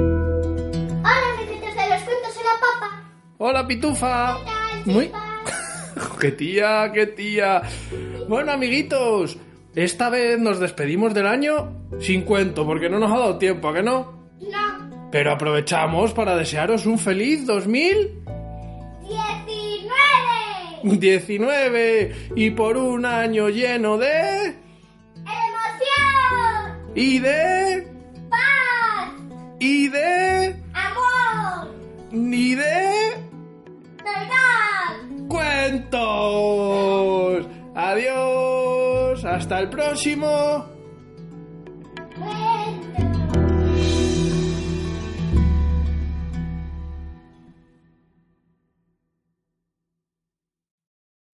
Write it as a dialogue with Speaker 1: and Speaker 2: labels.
Speaker 1: Hola, amiguitos de los cuentos de la papa.
Speaker 2: Hola pitufa.
Speaker 1: Tal,
Speaker 2: Muy...
Speaker 1: chipa.
Speaker 2: ¡Qué tía, qué tía! Bueno, amiguitos, esta vez nos despedimos del año sin cuento, porque no nos ha dado tiempo, ¿a que no?
Speaker 1: No.
Speaker 2: Pero aprovechamos para desearos un feliz 2019
Speaker 1: 19.
Speaker 2: y por un año lleno de...
Speaker 1: Emoción.
Speaker 2: y de...
Speaker 1: Paz.
Speaker 2: y de...
Speaker 1: Amor.
Speaker 2: ni de...
Speaker 1: Verdad.
Speaker 2: cuentos. Adiós, hasta el próximo.
Speaker 1: Buen